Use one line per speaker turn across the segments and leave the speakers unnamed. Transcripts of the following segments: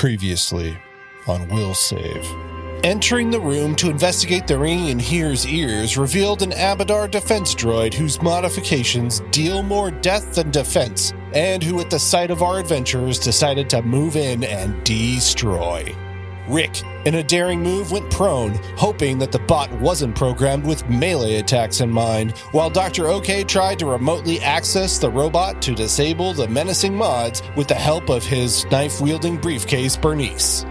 previously on Will Save. Entering the room to investigate the ringing in Here's ears revealed an Abadar defense droid whose modifications deal more death than defense, and who, at the sight of our adventurers, decided to move in and destroy. Rick, in a daring move, went prone, hoping that the bot wasn't programmed with melee attacks in mind, while Dr. OK tried to remotely access the robot to disable the menacing mods with the help of his knife wielding briefcase, Bernice.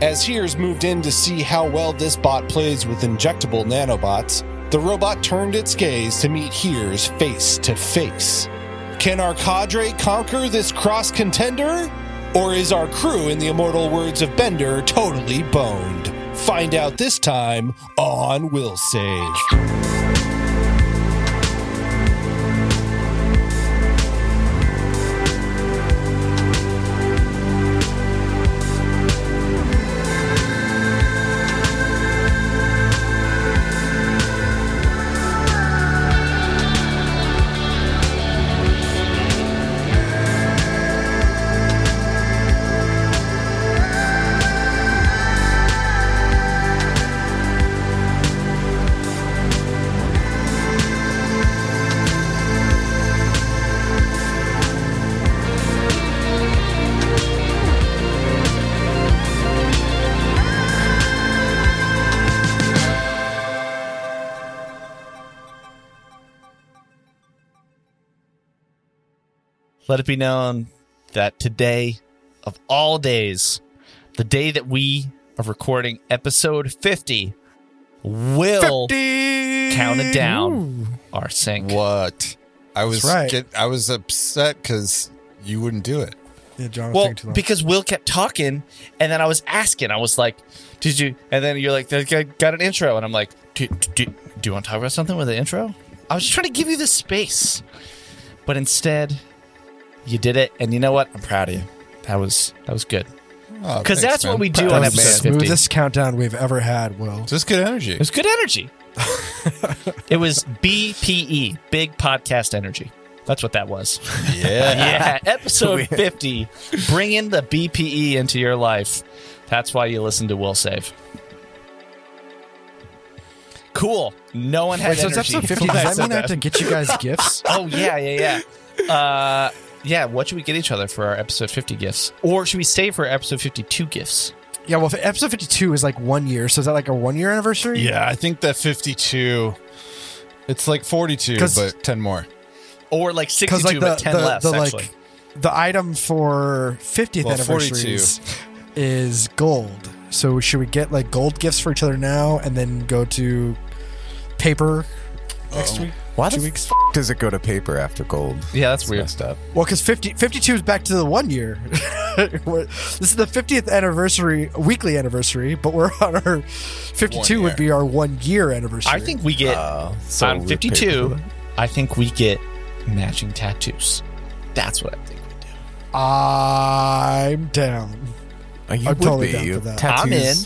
As Hears moved in to see how well this bot plays with injectable nanobots, the robot turned its gaze to meet Hears face to face. Can our cadre conquer this cross contender? Or is our crew, in the immortal words of Bender, totally boned? Find out this time on Will Save.
Let it be known that today, of all days, the day that we are recording episode 50 will count it down our sync.
What? I was
right.
get, I was upset because you wouldn't do it.
Yeah, John was
Well,
taking too long.
because Will kept talking, and then I was asking, I was like, Did you? And then you're like, I got an intro. And I'm like, Do, do, do you want to talk about something with an intro? I was just trying to give you the space. But instead, you did it. And you know what? I'm proud of you. That was that was good.
Oh,
Because
thanks,
that's
man.
what we do
that
on
was the
episode 50.
smoothest countdown we've ever had, Will.
Just good energy.
It was good energy. it was BPE, big podcast energy. That's what that was.
Yeah.
Yeah, episode 50, bringing the BPE into your life. That's why you listen to Will Save. Cool. No one had
Wait, so it's
energy.
episode 50.
when I
Does that
said
mean I have to get you guys gifts?
Oh, yeah, yeah, yeah. Uh, yeah, what should we get each other for our episode 50 gifts? Or should we save for episode 52 gifts?
Yeah, well, if episode 52 is like one year, so is that like a one year anniversary?
Yeah, I think that 52 it's like 42
'Cause-
but 10 more.
Or like 62,
Because like the,
but 10
the,
less,
the
actually.
like the item for 50th
Well, 42.
anniversary is gold. So should we get like gold gifts for each other now and then go to paper next week?
Why
Two
the
weeks?
f- does it go to paper after gold?
yeah, that's weird.
Messed up.
Well, because 50, 52 is back to the one year. We're- this is the 50th anniversary, weekly anniversary, but we're on our
One
52 would be our one year anniversary.
I think we get
Uh, so
Oh. on
we're
52,
paper.
I think we get matching tattoos. That's what I think we do.
I'm down.
Uh, you
I'm
would
totally
be.
down for that.
Tattoos,
I'm in.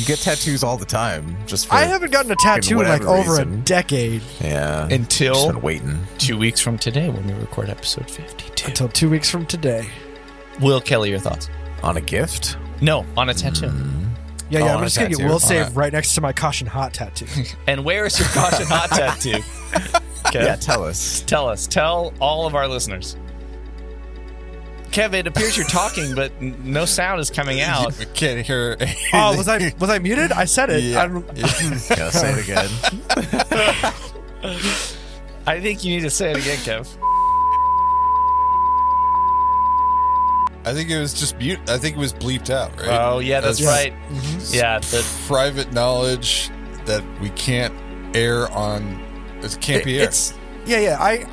You get tattoos all the time. Just for,
I haven't gotten a tattoo in like
whatever
over a
reason.
decade
Yeah. just been
Until
waiting.
two weeks from today when we record episode 52.
until two weeks from today.
Will Kelly, your thoughts? Mm.
On a gift?
No, on a tattoo.
Yeah,
Oh,
yeah.
on
I'm
a
just gonna get
tattoo.
will
On
save
a-
right next to my caution hot tattoo.
And where is your caution hot tattoo? Okay.
Yeah, tell us.
Tell us. Tell all of our listeners. Kev, it appears you're talking, but n- no sound is coming out.
We can't hear
oh, was I was I muted? I said it.
Yeah.
I don't-
Yeah, say it again.
I think you need to say it again, Kev.
I think it was just mute. I think it was bleeped out, right?
Oh, yeah, that's right. Mm-hmm. Yeah, the,
Private knowledge that we can't air on it can't
It-
be air.
it's yeah, yeah. I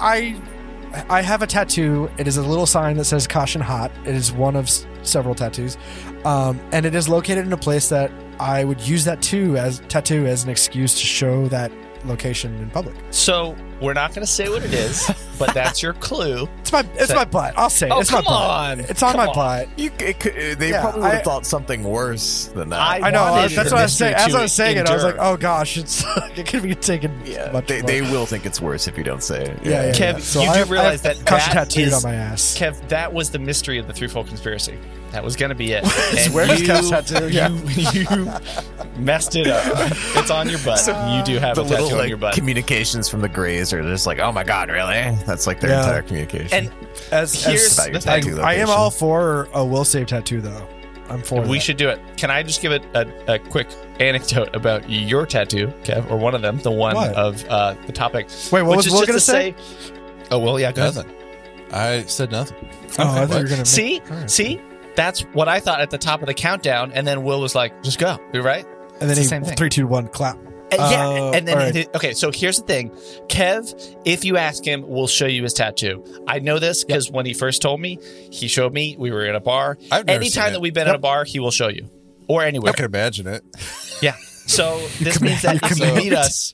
I I have a tattoo. It is a little sign that says "Caution Hot." It is one of s- several tattoos, um, and it is located in a place that I would use that too as tattoo as an excuse to show that location in public.
So we're not going to say what it is, but that's your clue.
It's my it's
So-
my butt. I'll say it.
Oh,
it's my
come
butt.
on.
It's on
Come
my
on.
butt.
You, it could, they
Yeah,
probably would
I-
have thought something worse than that.
I-
I know. I-
wanted
that's
the
what I was saying.
mystery
As I
to
was saying it, I was like,
endure.
"Oh gosh, it's it could be taken."
yeah,
much
they,
more.
they will think it's worse if you don't say it.
yeah, yeah,
Kev,
yeah. So
you
I
do
have, I
realize
have
that
caution
that
tattooed
is-
on my ass.
Kev, that was the mystery of the threefold conspiracy. That was gonna be it. And
where it's
you,
got tattoo, yeah.
you, you messed it up. It's on your butt. you do have
the
a tattoo
little
on your
like,
butt.
communications from the Greys are just like, oh my god, really? That's like their
Yeah.
entire communication.
and
As,
here's
as
about your
the
I,
tattoo
thing.
I am
location.
all for a will save tattoo though. I'm for.
We
that.
should do it. Can I just give it a, a quick anecdote about your tattoo, Kev, or one of them, the one
What?
of uh, the topic?
Wait, what was Will
just to
gonna say?
Oh, well, yeah, go ahead.
Nothing. I said nothing.
Oh, I thought you were
What?
gonna make-
See, see, that's what I thought at the top of the countdown, and then Will was like, "Just go." You're right.
And then
It's the
he
same thing.
three, two, one, clap.
And yeah,
Uh,
and then
all right.
okay. So here's the thing, Kev. If you ask him, we'll show you his tattoo. I know this because when he first told me, he showed me. We were in a bar.
I've never seen
Anytime
it.
that we've been at a bar, he will show you, or anywhere.
I can imagine it.
Yeah. So this means that if you
command.
meet us,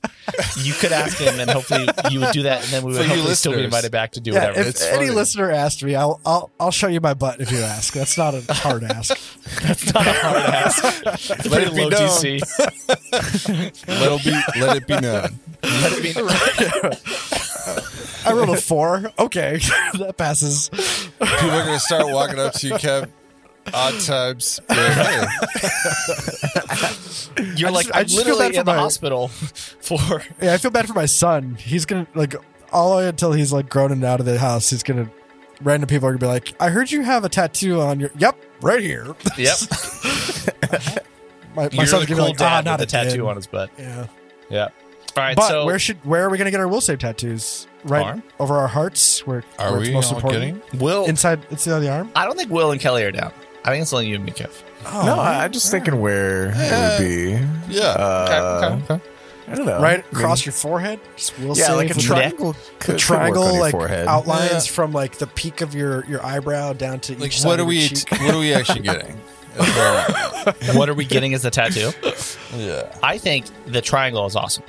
you could ask him, and hopefully you would do that, and then we would
For you
hopefully still be
listeners.
invited back to do
Yeah,
whatever.
if
It's
any
funny.
listener asked me, I'll, I'll I'll show you my butt if you ask. That's not a hard ask.
It's not a hard ask.
Let
It's pretty
it be
low
known.
DC.
Let it be. Let it be known.
Let it be known.
I rolled a four. Okay, that passes.
People are gonna start walking up to you, Kev. Odd times. Be like, "Hey,
You're
I
like
just- I
I'm
just
literally
feel bad for
in the
my-
hospital for
Yeah, I feel bad for my son. He's gonna like all the way until he's like grown and out of the house. He's gonna random people are gonna be like, "I heard you have a tattoo on your." Yep, right here.
yep.
My, my
You're
son's
the
gonna
cool
be like, "Ah,
dad
not
with
a
a tattoo
kid."
on his butt.
Yeah,
Yeah. All right.
but
so
where should where are we gonna get our will save tattoos? Right
Arm?
over our hearts. Where
Are
where
we
it's most
all
important?
getting?
Will?
Inside, it's the other arm.
I don't think Will and Kelly are down. I think it's only you and me, Kev.
Oh,
no, I, I'm just thinking where it would be.
Yeah.
Uh,
okay, okay, okay.
I don't know.
right
I mean,
across your forehead. Just will
yeah,
save
like a
with-
triangle.
the
Could, could work on
triangle
your
like
forehead.
outlines
Yeah.
from like the peak of your your eyebrow down to
Like,
each side
what
of
are
your
we?
cheek.
what are we actually getting? That's where I'm at.
What are we getting as a tattoo?
yeah.
I think the triangle is awesome.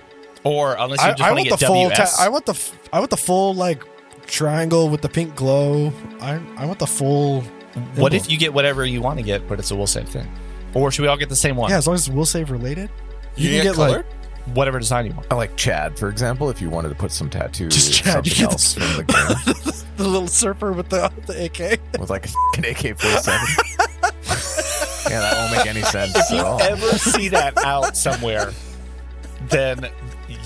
Or unless you
I,
just
I
want to
want
get
the full. Ta-
WS.
I want the. f- I want the full like triangle with the pink glow. I I want the full.
What
emblem.
if you get whatever you want to get, but it's a will save thing? Or should we all get the same one?
Yeah, as long as it's will save related.
You,
can
get,
get, like-
colored?
Whatever design you want.
I like Chad, for example, if you wanted to put some tattoos
Just Chad, you
something
get
else from the game
The little surfer with the the AK.
with like an AK-47. yeah, that won't make any sense at
Oh.
all.
Ever see that out somewhere, then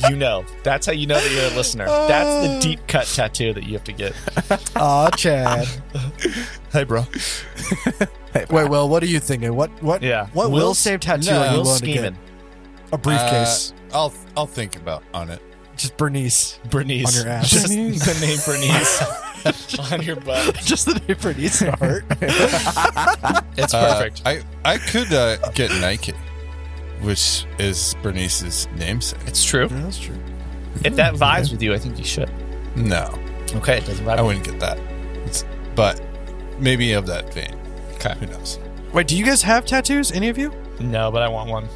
you know. That's how you know that you're a listener. That's
Uh.
the deep cut tattoo that you have to get.
Aw, Chad.
Hey, bro.
Wait, well, what are you thinking? What what
Yeah.
what will,
Will's-
save tattoo
no,
are you
Will
willing to
scheming.
get? A briefcase,
Uh, I'll I'll think about on it.
just Bernice,
Bernice.
On your ass.
Just the name Bernice on your butt.
just the name Bernice in the heart.
It's
Uh,
perfect.
I I could uh, get Nike, which is Bernice's namesake.
it's true.
That's true.
If that vibes with you, I think you should.
No,
Okay, it doesn't
I
vibe.
wouldn't get that. It's, but maybe of that vein. Okay, who knows?
Wait, do you guys have tattoos? Any of you?
with- No, but I want one.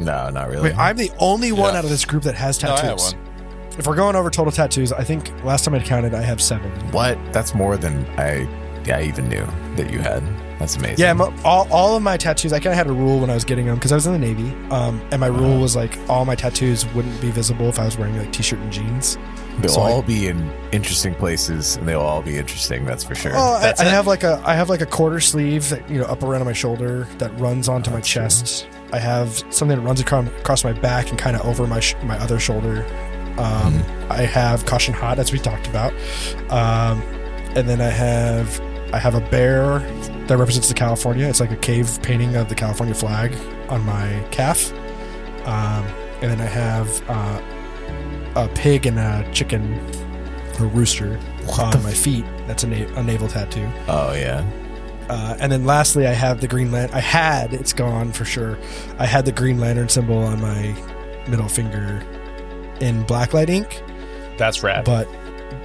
No, not really.
Wait, I'm the only one
Oh, Yeah.
out of this group that has
No, I
tattoos.
have one.
If we're going over total tattoos, I think last time I counted, I have seven.
what? That's more than I I even knew that you had. That's amazing.
Yeah, mo- all, all of my tattoos. I kind of had a rule when I was getting them because I was in the Navy, um, and my
Uh-huh.
rule was like all my tattoos wouldn't be visible if I was wearing like t-shirt and jeans.
they'll
so I-
all be in interesting places, and they'll all be interesting. That's for sure.
Oh, I,
That's
I
it.
have like a I have like a quarter sleeve that you know up around my shoulder that runs onto my chest. I have something that runs across, across my back and kind of over my sh- my other shoulder. Um,
Mm-hmm.
I have caution hot as we talked about, um, and then I have I have a bear that represents the California. It's like a cave painting of the California flag on my calf, um, and then I have uh, a pig and a chicken, a rooster on my feet. That's a, na- a navel tattoo.
oh yeah.
Uh, and then lastly, I have the Green Lantern. I had, it's gone for sure. I had the Green Lantern symbol on my middle finger in blacklight ink,
That's rad.
but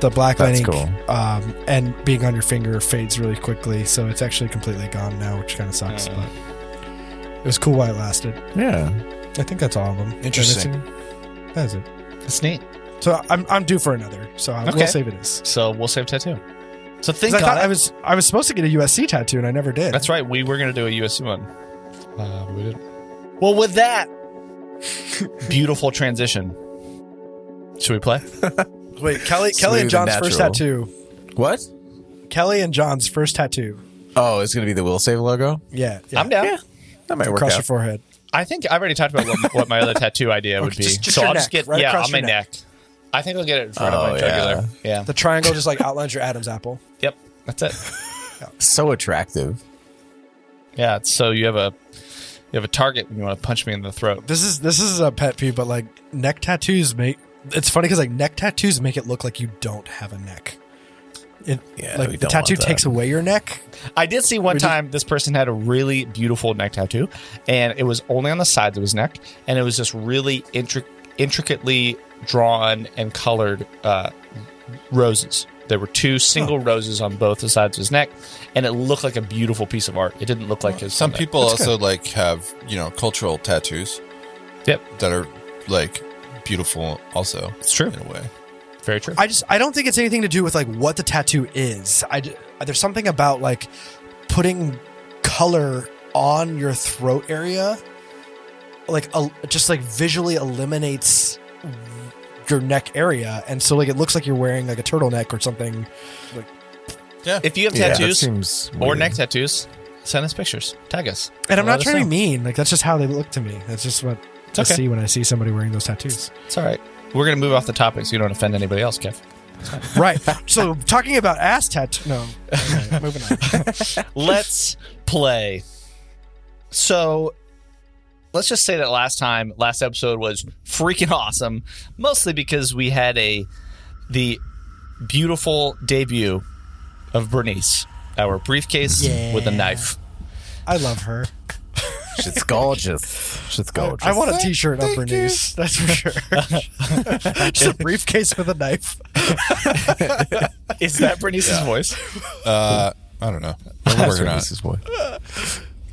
the blacklight
That's
ink
cool.
um, and being on your finger fades really quickly. So it's actually completely gone now, which kind of sucks.
Mm.
But it was cool while it lasted.
Yeah.
I think that's all of them.
Interesting.
That's it.
That's neat.
So I'm, I'm due for another. So I
Okay.
will save it as.
So we'll save tattoo. So
'Cause
think
I
on
thought
it.
I was I was supposed to get a USC tattoo and I never did.
That's right. We were going to do a USC one. Uh, but we didn't. Well, with that beautiful transition, should we play?
Wait, Kelly,
Smooth
Kelly and
and
John's first
natural.
tattoo.
What?
Kelly and John's first tattoo.
Oh, it's gonna be the will save logo.
Yeah, yeah.
I'm down.
That might work
across your
out.
forehead.
I think I already talked about what, what my other tattoo idea would be.
just- just
so
your
I'll just
neck,
get
right
yeah
across
on my
your
neck.
neck.
I think I'll get it in front of
Oh,
my
yeah.
jugular. Yeah.
The triangle just like outlines your Adam's apple.
yep. That's it.
So attractive.
Yeah. it's- So you have a you have a target and you want to punch me in the throat.
This is this is a pet peeve, but like neck tattoos make it's funny because like neck tattoos make it look like you don't have a neck. It,
Yeah, we
like the
don't want
tattoo
that.
takes away your neck.
I did see one
Would you-
time this person had a really beautiful neck tattoo, and it was only on the sides of his neck, and it was just really intric- intricately drawn and colored uh, roses. There were two single roses on both the sides of his neck, and it looked like a beautiful piece of art. It didn't look like his.
Some
neck.
people also like have you know cultural tattoos
Yep,
that are like beautiful also
it's true.
in a way.
Very true.
I just I don't think it's anything to do with like what the tattoo is. I d- there's something about like putting color on your throat area, like el- just like visually eliminates your neck area, and so like it looks like you're wearing like a turtleneck or something.
if you have
Yeah, that
tattoos
seems
or
weird.
neck tattoos, send us pictures. Tag us.
And I'm
Let
not
us
trying to be
know.
mean. Like that's just how they look to me. That's just what I
okay.
see when I see somebody wearing those tattoos.
It's all right. We're gonna move off the topic so you don't offend anybody else, Kev.
right. So talking about ass tattoo. No. Okay, moving on.
let's play. So let's just say that last time, last episode was freaking awesome, mostly because we had a the beautiful debut of Bernice, our briefcase
Yeah.
with a knife.
I love her.
Shit's gorgeous. Shit's gorgeous.
I want a T-shirt of Bernice. That's for sure. Just a briefcase with a knife.
Is that Bernice's voice?
Uh, I don't know. We're
That's
working on it.
Reese's boy.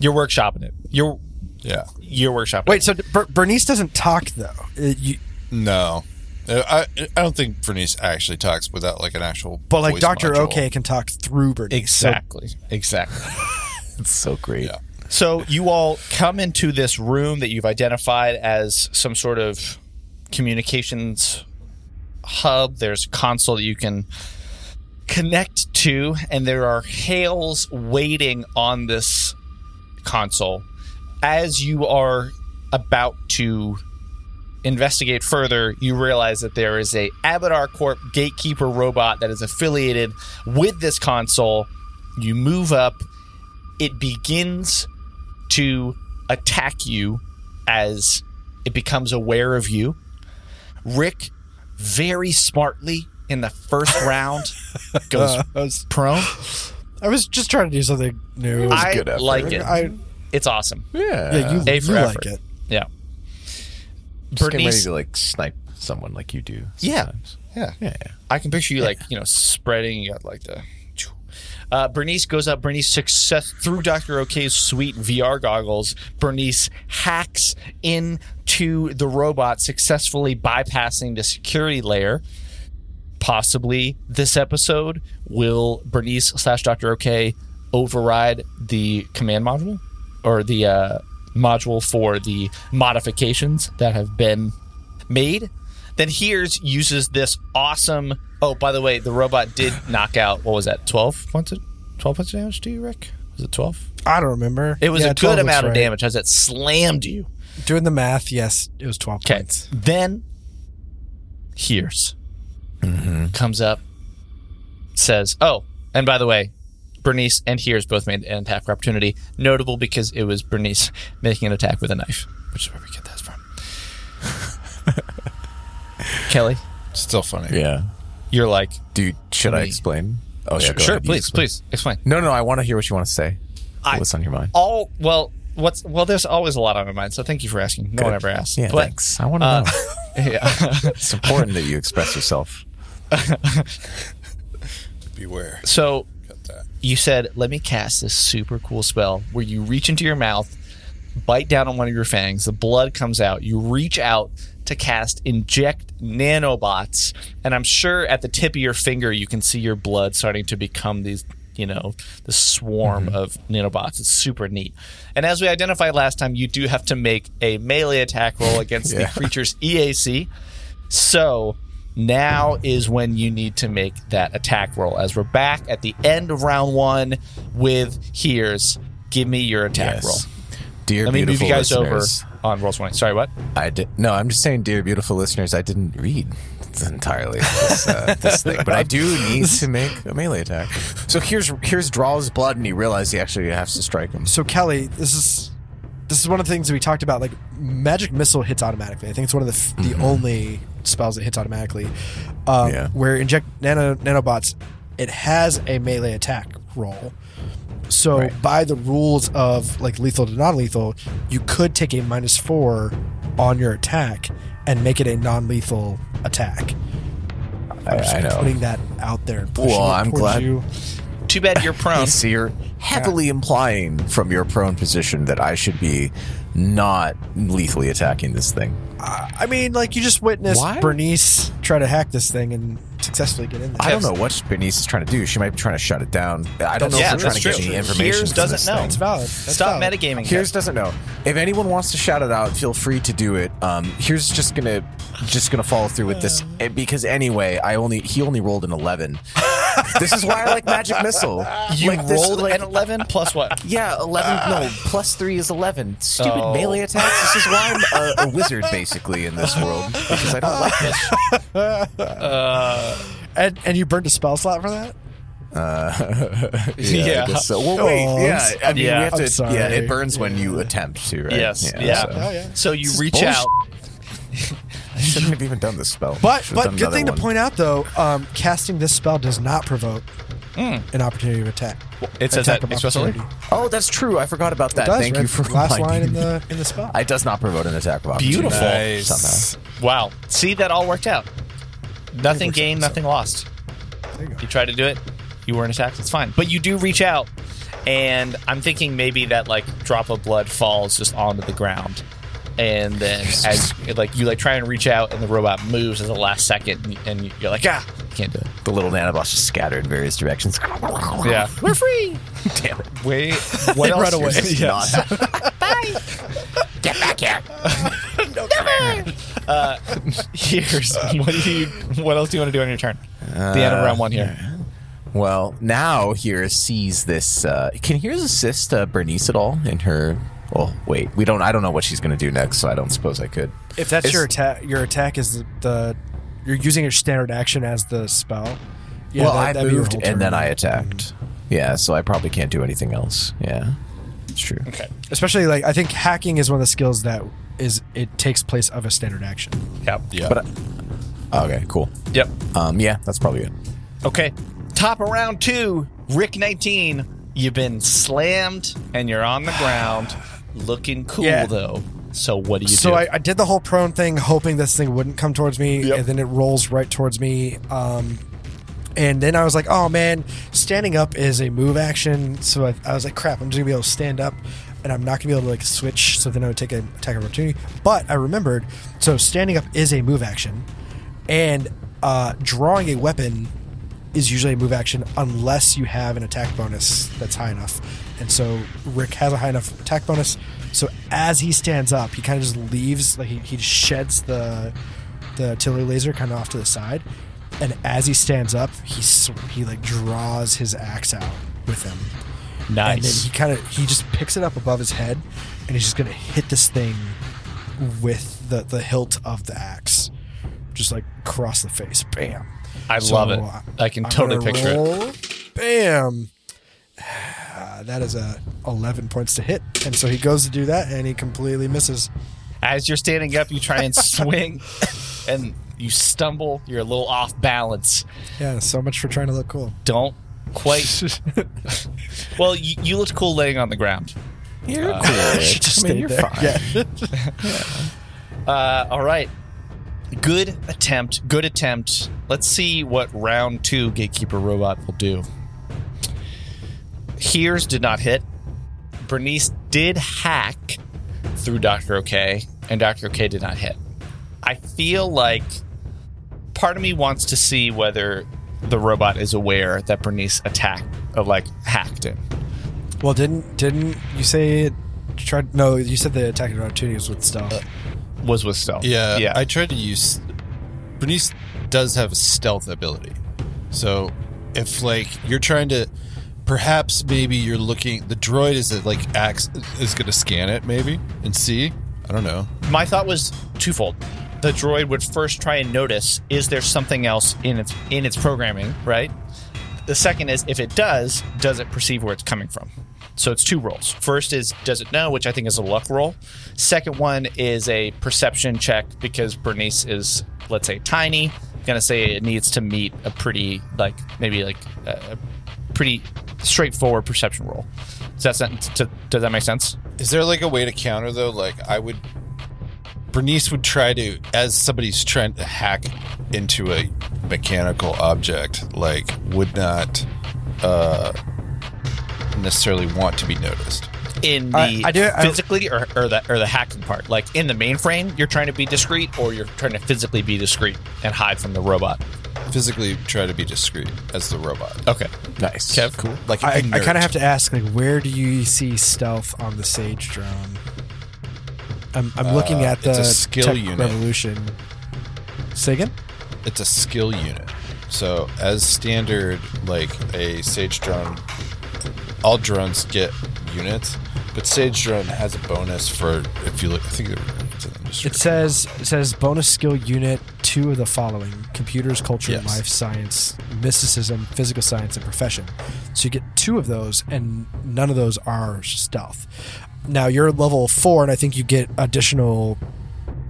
You're workshopping it. You're
Yeah.
you're workshopping.
Wait,
it.
so Ber- Bernice doesn't talk though. Uh, you,
No. Uh, I I don't think Bernice actually talks without like an actual.
but like
voice
Doctor
module.
OK can talk through Bernice.
exactly, exactly.
It's so great.
Yeah.
So you all come into this room that you've identified as some sort of communications hub. There's a console that you can connect to, and there are hails waiting on this console as you are about to investigate further, you realize that there is a Abadar Corp gatekeeper robot that is affiliated with this console. You move up, it begins to attack you as it becomes aware of you. Rick, very smartly in the first round, goes
Uh, I was,
prone.
I was just trying to do something new.
I
good effort.
like it.
I,
it's awesome.
Yeah.
yeah, you,
A for
you like
effort.
it.
Yeah.
just getting ready
Bernice-
to like snipe someone like you do.
Yeah.
sometimes.
Yeah.
Yeah.
I can picture you like you know spreading. You got like the. Uh, Bernice goes up. Bernice success through Doctor Ok's sweet VR goggles. Bernice hacks into the robot, successfully bypassing the security layer. Possibly this episode will Bernice slash Doctor OK override the command module or the uh, module for the modifications that have been made. Then here's uses this awesome. Oh, by the way, the robot did knock out. What was that? Twelve points. Of, Twelve points of damage to you, Rick. Was it twelve?
I don't remember.
It was
Yeah,
a
12
good
looks
amount of
right.
damage as it slammed you.
Doing the math, yes, it was twelve
Okay.
points.
Then here's comes up, says, "Oh, and by the way." Bernice and Hears both made an attack opportunity, notable because it was Bernice making an attack with a knife, which is where we get that from. Kelly,
Still funny.
Yeah.
you're like,
Dude, should I
Me.
explain? Oh, sure. go
sure,
ahead. You
please,
explain.
please explain.
No, no, I want to hear what you want to say.
I-
What's on your mind?
all well what's well there's always a lot on my mind so thank you for asking no one ever asks
Yeah,
but
thanks. I want to
uh,
know.
yeah.
It's important that you express yourself.
Beware.
so
Got that.
you said let me cast this super cool spell where you reach into your mouth bite down on one of your fangs the blood comes out you reach out to cast inject nanobots and i'm sure at the tip of your finger you can see your blood starting to become these you know the swarm of nanobots it's super neat and as we identified last time you do have to make a melee attack roll against
Yeah.
the creature's eac so Now is when you need to make that attack roll. As we're back at the end of round one with here's give me your attack roll.
Dear
Let me move
beautiful
you guys
listeners,
over on roll twenty. Sorry, what?
I did, no, I'm just saying, dear beautiful listeners, I didn't read entirely this, uh, this thing, but I do need to make a melee attack. So here's here's draws blood, and you realize he actually has to strike him.
So Kelly, this is this is one of the things that we talked about. Like magic missile hits automatically. I think it's one of the f- the only spells that hits automatically. Um,
Mm-hmm. Yeah.
Where inject nano nanobots, it has a melee attack roll. So by the rules of like lethal to non-lethal, you could take a minus four on your attack and make it a non-lethal attack. I'm just
I know.
putting that out there. and pushing
Well,
it
I'm
towards
glad-
you.
Too bad you're prone.
So you're heavily implying from your prone position that I should be not lethally attacking this thing.
I mean, like you just witnessed
Why?
Bernice try to hack this thing and successfully get in there.
I don't know what Bernice is trying to do. She might be trying to shut it down. I don't know
Yeah,
if we're trying
that's
to get
true.
any information.
Here's
from
doesn't
this
know.
thing.
That's valid. That's
Stop
valid.
metagaming.
Here's doesn't know. If anyone wants to shout it out, feel free to do it. Um, here's just gonna just gonna follow through with this eh, because anyway, I only he only rolled an eleven. this is why I like Magic Missile.
you
like this-
rolled
like-
an eleven plus what?
yeah, eleven. no, plus three is eleven. Stupid
Oh.
melee attacks. This is why I'm a, a wizard basically in this world because I don't like this.
And and you burned a spell slot for that?
Yeah. I
Yeah.
guess so. Well, wait.
Oh, I'm
yeah.
s-
I mean,
Yeah.
we have
I'm
to.
sorry.
Yeah, it burns when you attempt to. Right?
Yes. Yeah.
so-
Oh, yeah.
So you reach
bullshit.
out.
I shouldn't have even done this spell.
But
Should've
but
done
good
another
thing
one.
to point out though, um, casting this spell does not provoke
Hmm.
an opportunity to attack.
It says
attack
that
of
explicitly.
opportunity.
Oh, that's true. I forgot about that.
Does,
Uh, Thank
right?
you for
last line
reminding
in
me.
the in the spell.
It does not promote an attack of opportunity.
Beautiful.
Nice.
Somehow.
Wow. See, that all worked out. Nothing gained, nothing lost.
you go.
You tried to do it, you weren't attacked, it's fine. But you do reach out, and I'm thinking maybe that like drop of blood falls just onto the ground. And then as like you like try and reach out and the robot moves at the last second and, and you're like, ah, can't do it.
The little nanobots just scatter in various directions.
Yeah. We're free.
Damn it.
Wait. What else?
Right away.
This is not happening.
Get back here. uh, here's what do you what else do you want to do on your turn?
Uh,
the end of round one here.
Well, now here sees this. Uh, can Hears assist uh, Bernice at all in her? Well, wait. We don't. I don't know what she's going to do next, so I don't suppose I could.
If that's
It's-
your attack, your attack is the, the you're using your standard action as the spell. Yeah,
well,
that-
I
that'd be your
moved
whole Mm-hmm. turn.
and then I attacked. Yeah, so I probably can't do anything else. Yeah, it's true.
Okay.
Especially like I think hacking is one of the skills that is it takes place of a standard action.
Yep.
Yeah.
But I, okay, cool.
Yep.
Um, yeah, that's probably it.
Okay. Top of round two, Rick 19. You've been slammed and you're on the ground. Looking cool,
Yeah.
though. So what do you
so
do?
I, I did the whole prone thing, hoping this thing wouldn't come towards me, and then it rolls right towards me. Um, and then I was like, "Oh man, standing up is a move action." So I, I was like, "Crap, I'm just gonna be able to stand up, and I'm not gonna be able to like switch." So then I would take an attack of opportunity. But I remembered, so standing up is a move action, and uh, drawing a weapon is usually a move action unless you have an attack bonus that's high enough. And so Rick has a high enough attack bonus. So as he stands up, he kind of just leaves, like he, he sheds the the artillery laser kind of off to the side. And as he stands up, he sw- he like draws his axe out with him. And then
nice.
he kind of he just picks it up above his head, and he's just gonna hit this thing with the the hilt of the axe, just like across the face, bam.
I
So,
love it.
uh,
I can
I'm
totally
gonna
picture it.
roll. Bam. Ah, That is a 11 points to hit. And so he goes to do that and he completely misses.
As you're standing up, you try and swing and you stumble. You're a little off balance.
Yeah, so much for trying to look cool.
Don't quite. well, you, you looked cool laying on the ground.
You're cool. Rick.
just
I mean,
stayed
you're
there.
fine.
Uh, all right. Good attempt. Good attempt. Let's see what round two Gatekeeper Robot will do. Hears did not hit. Bernice did hack through Dr. OK, and Dr. OK did not hit. I feel like part of me wants to see whether the robot is aware that Bernice attacked, uh, like, hacked him.
Well, didn't didn't you say it tried? No,
Uh,
you said the attack of opportunity was with stealth.
Was with stealth.
yeah,
Yeah.
I tried to use Bernice does have a stealth ability. So if like you're trying to perhaps maybe you're looking the droid is it like acts is gonna scan it maybe and see? I don't know.
My thought was twofold. The droid would first try and notice is there something else in its in its programming, right? The second is if it does, does it perceive where it's coming from? So it's two rolls. First is does it know, which I think is a luck roll. Second one is a perception check because Bernice is let's say tiny. I'm gonna say it needs to meet a pretty like maybe like uh, a pretty straightforward perception roll. Does that sen- t- does that make sense?
Is there like a way to counter though? Like I would Bernice would try to as somebody's trying to hack into a mechanical object, like would not uh necessarily want to be noticed.
in the
I- I do- I-
physically or, or the or the hacking part. Like in the mainframe, you're trying to be discreet, or you're trying to physically be discreet and hide from the robot.
Physically try to be discreet as the robot.
Okay,
Nice.
Oh, Kev, cool.
Like
I, I
ignorant.
kind of have to ask, like, where do you see stealth on the Sage drone? I'm, I'm looking at the
Uh, it's a skill
Tech
unit.
Revolution. Sagan?
it's a skill unit. So as standard, like a sage drone, all drones get units, but sage drone has a bonus for if you look. I think it's in the industry.
It says it says bonus skill unit two of the following: computers, culture,
Yes.
life science, mysticism, physical science, and profession. So you get two of those, and none of those are stealth. Now you're level four, and I think you get additional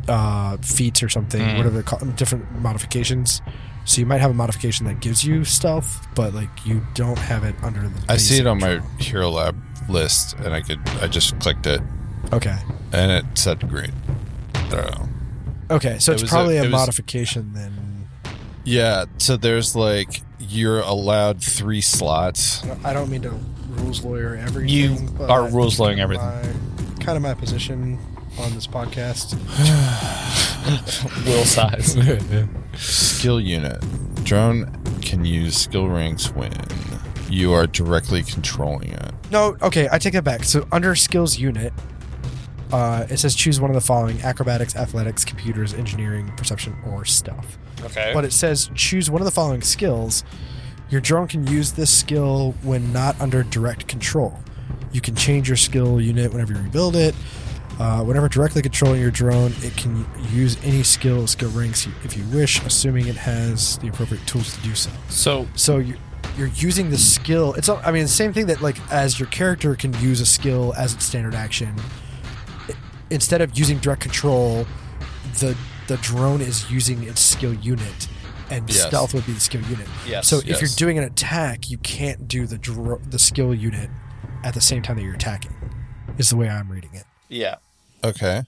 uh, feats or something,
Mm.
whatever they're called, different modifications. So you might have a modification that gives you stealth, but like you don't have it under the.
I see
basic
it on my
drone.
Hero Lab list, and I could I just clicked it,
Okay.
and it said green. I don't know.
Okay, so
It
it's
was a-
probably a,
it was-
modification then.
Yeah, so there's like you're allowed three slots.
I don't mean to rules lawyer everything.
You
but
are rules lawyering
kind of My, kind of my position on this podcast.
Will size.
Skill unit. Drone can use skill ranks when you are directly controlling it.
No, okay, I take that back. So under skills unit, uh, it says choose one of the following: acrobatics, athletics, computers, engineering, perception, or stealth.
okay,
But it says choose one of the following skills. Your drone can use this skill when not under direct control. You can change your skill unit whenever you rebuild it. Uh, whenever directly controlling your drone, it can use any skill or skill ranks you, if you wish, assuming it has the appropriate tools to do so.
so
So you, you're using the skill. It's not- I mean, the same thing that like as your character can use a skill as its standard action. I- Instead of using direct control, the the drone is using its skill unit, and
Yes.
stealth would be the skill unit.
Yes,
so if you're
yes.
doing an attack, you can't do the dro- the skill unit at the same time that you're attacking. Is the way I'm reading it.
yeah.
Okay.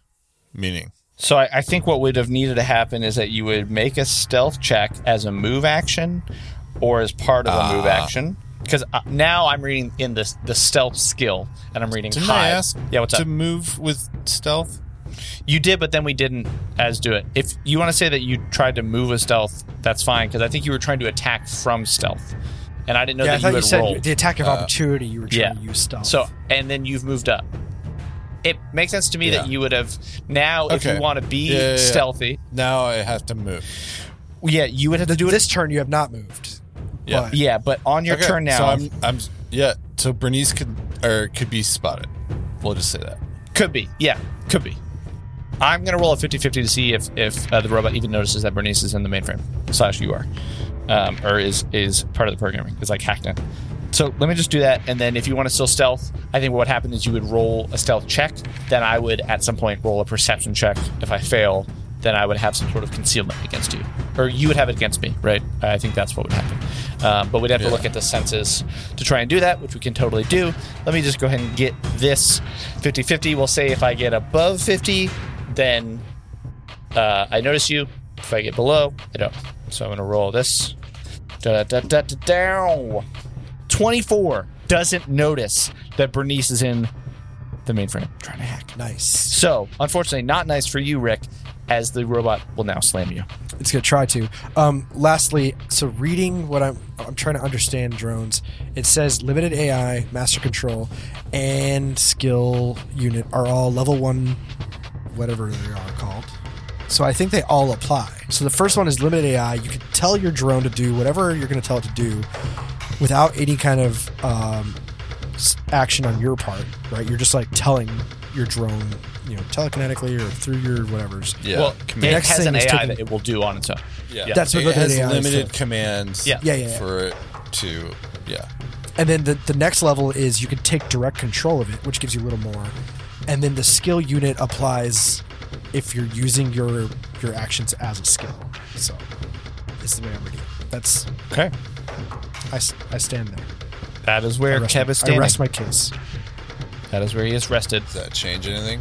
Meaning.
So I, I think what would have needed to happen is that you would make a stealth check as a move action, or as part of a move
Uh.
action. Because now I'm reading in the the stealth skill, and I'm reading
Didn't I
hide.
ask
yeah, what's
to
up?
move with stealth?
You did, but then we didn't as do it. If you want to say that you tried to move a stealth, that's fine because I think you were trying to attack from stealth, and I didn't know
yeah,
that
I
you
thought you
had
said
rolled. Uh,
the attack of opportunity. You were
yeah.
trying to use stealth.
So, and then you've moved up. It makes sense to me that
Yeah.
you would have now, if
Okay.
you want to be
Yeah, yeah, yeah.
stealthy,
Now I have to move.
yeah, you would have to do it.
this turn you have not moved.
Yeah.
But
yeah, but on your
Okay,
turn now,
So I'm, I'm yeah. So Bernice could or could be spotted. We'll just say that.
could be, yeah, could be. I'm gonna roll a 50-50 to see if if uh, the robot even notices that Bernice is in the mainframe slash you are, um, or is is part of the programming. It's like hacked in. So let me just do that, and then if you want to still stealth, I think what happened is you would roll a stealth check. Then I would at some point roll a perception check. If I fail, then I would have some sort of concealment against you, or you would have it against me, right? I think that's what would happen. Um, but we'd have to look at the senses to try and do that, which we can totally do. Let me just go ahead and get this 50-50. We'll say if I get above 50, then uh, I notice you. If I get below, I don't. So I'm going to roll this. Da, da, da, da, down. 24 doesn't notice that Bernice is in the mainframe trying to hack.
nice.
So, unfortunately, not nice for you, Rick, as the robot will now slam you.
it's gonna try to. Um, lastly, so reading what I'm I'm trying to understand drones. It says limited AI, master control, and skill unit are all level one, whatever they are called. So I think they all apply. So the first one is limited AI. You can tell your drone to do whatever you're going to tell it to do without any kind of um, s- action on your part, right? You're just like telling your drone, you know, telekinetically or through your whatever's.
Yeah.
Well,
command.
it
Next
has
thing
an AI
is taking-
that it will do on its own.
yeah.
that's what
it
limited
has
AI is
limited
for.
commands.
Yeah.
Yeah, yeah, yeah.
For it to yeah.
And then the, the next level is you can take direct control of it, which gives you a little more. And then the skill unit applies if you're using your your actions as a skill. So it's the way I'm reading. it. That's
Okay.
I, s- I stand there.
That is
I
where
rest
Kev
my-
is standing.
I rest my case.
that is where he is rested.
Does that change anything?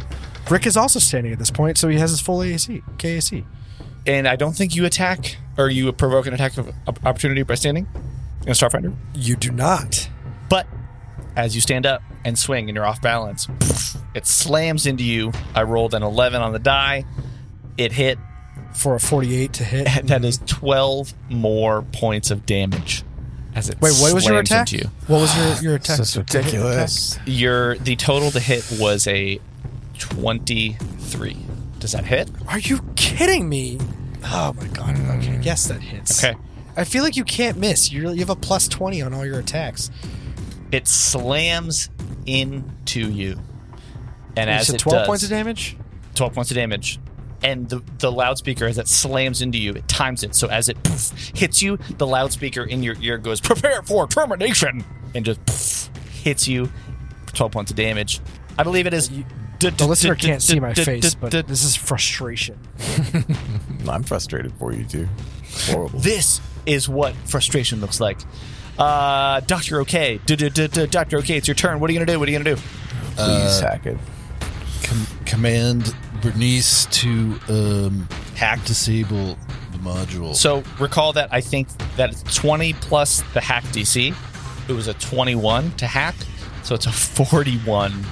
Rick is also standing at this point, so he has his full AAC, KAC.
And I don't think you attack or you provoke an attack of op- opportunity by standing in Starfinder.
You do not.
But as you stand up and swing and you're off balance, it slams into you. I rolled an 11 on the die. It hit.
For a 48 to hit.
That is 12 more points of damage. As it
Wait, what was your
slams
attack?
into you.
What was your, your attack?
That's ridiculous.
Your the total to hit was a 23. Does that hit?
Are you kidding me? Oh my god. Okay. Yes, that hits.
Okay.
I feel like you can't miss. You you have a plus 20 on all your attacks.
It slams into you. And
You
as
said
it
12
does,
points of damage?
12 points of damage. And the, the loudspeaker, as it slams into you, it times it. So as it poof, hits you, the loudspeaker in your ear goes, Prepare for termination! And just poof, hits you. 12 points of damage. I believe it is.
The listener can't see my face, but this is frustration.
I'm frustrated for you too. Horrible.
This is what frustration looks like. Uh, Dr. OK. Dr. OK, it's your turn. What are you going to do? What are you going to do? Uh,
Please hack it.
Com- command Bernice to um,
Hack.
disable the module.
So recall that I think that it's 20 plus the hack DC. It was a 21 to hack, so it's a 41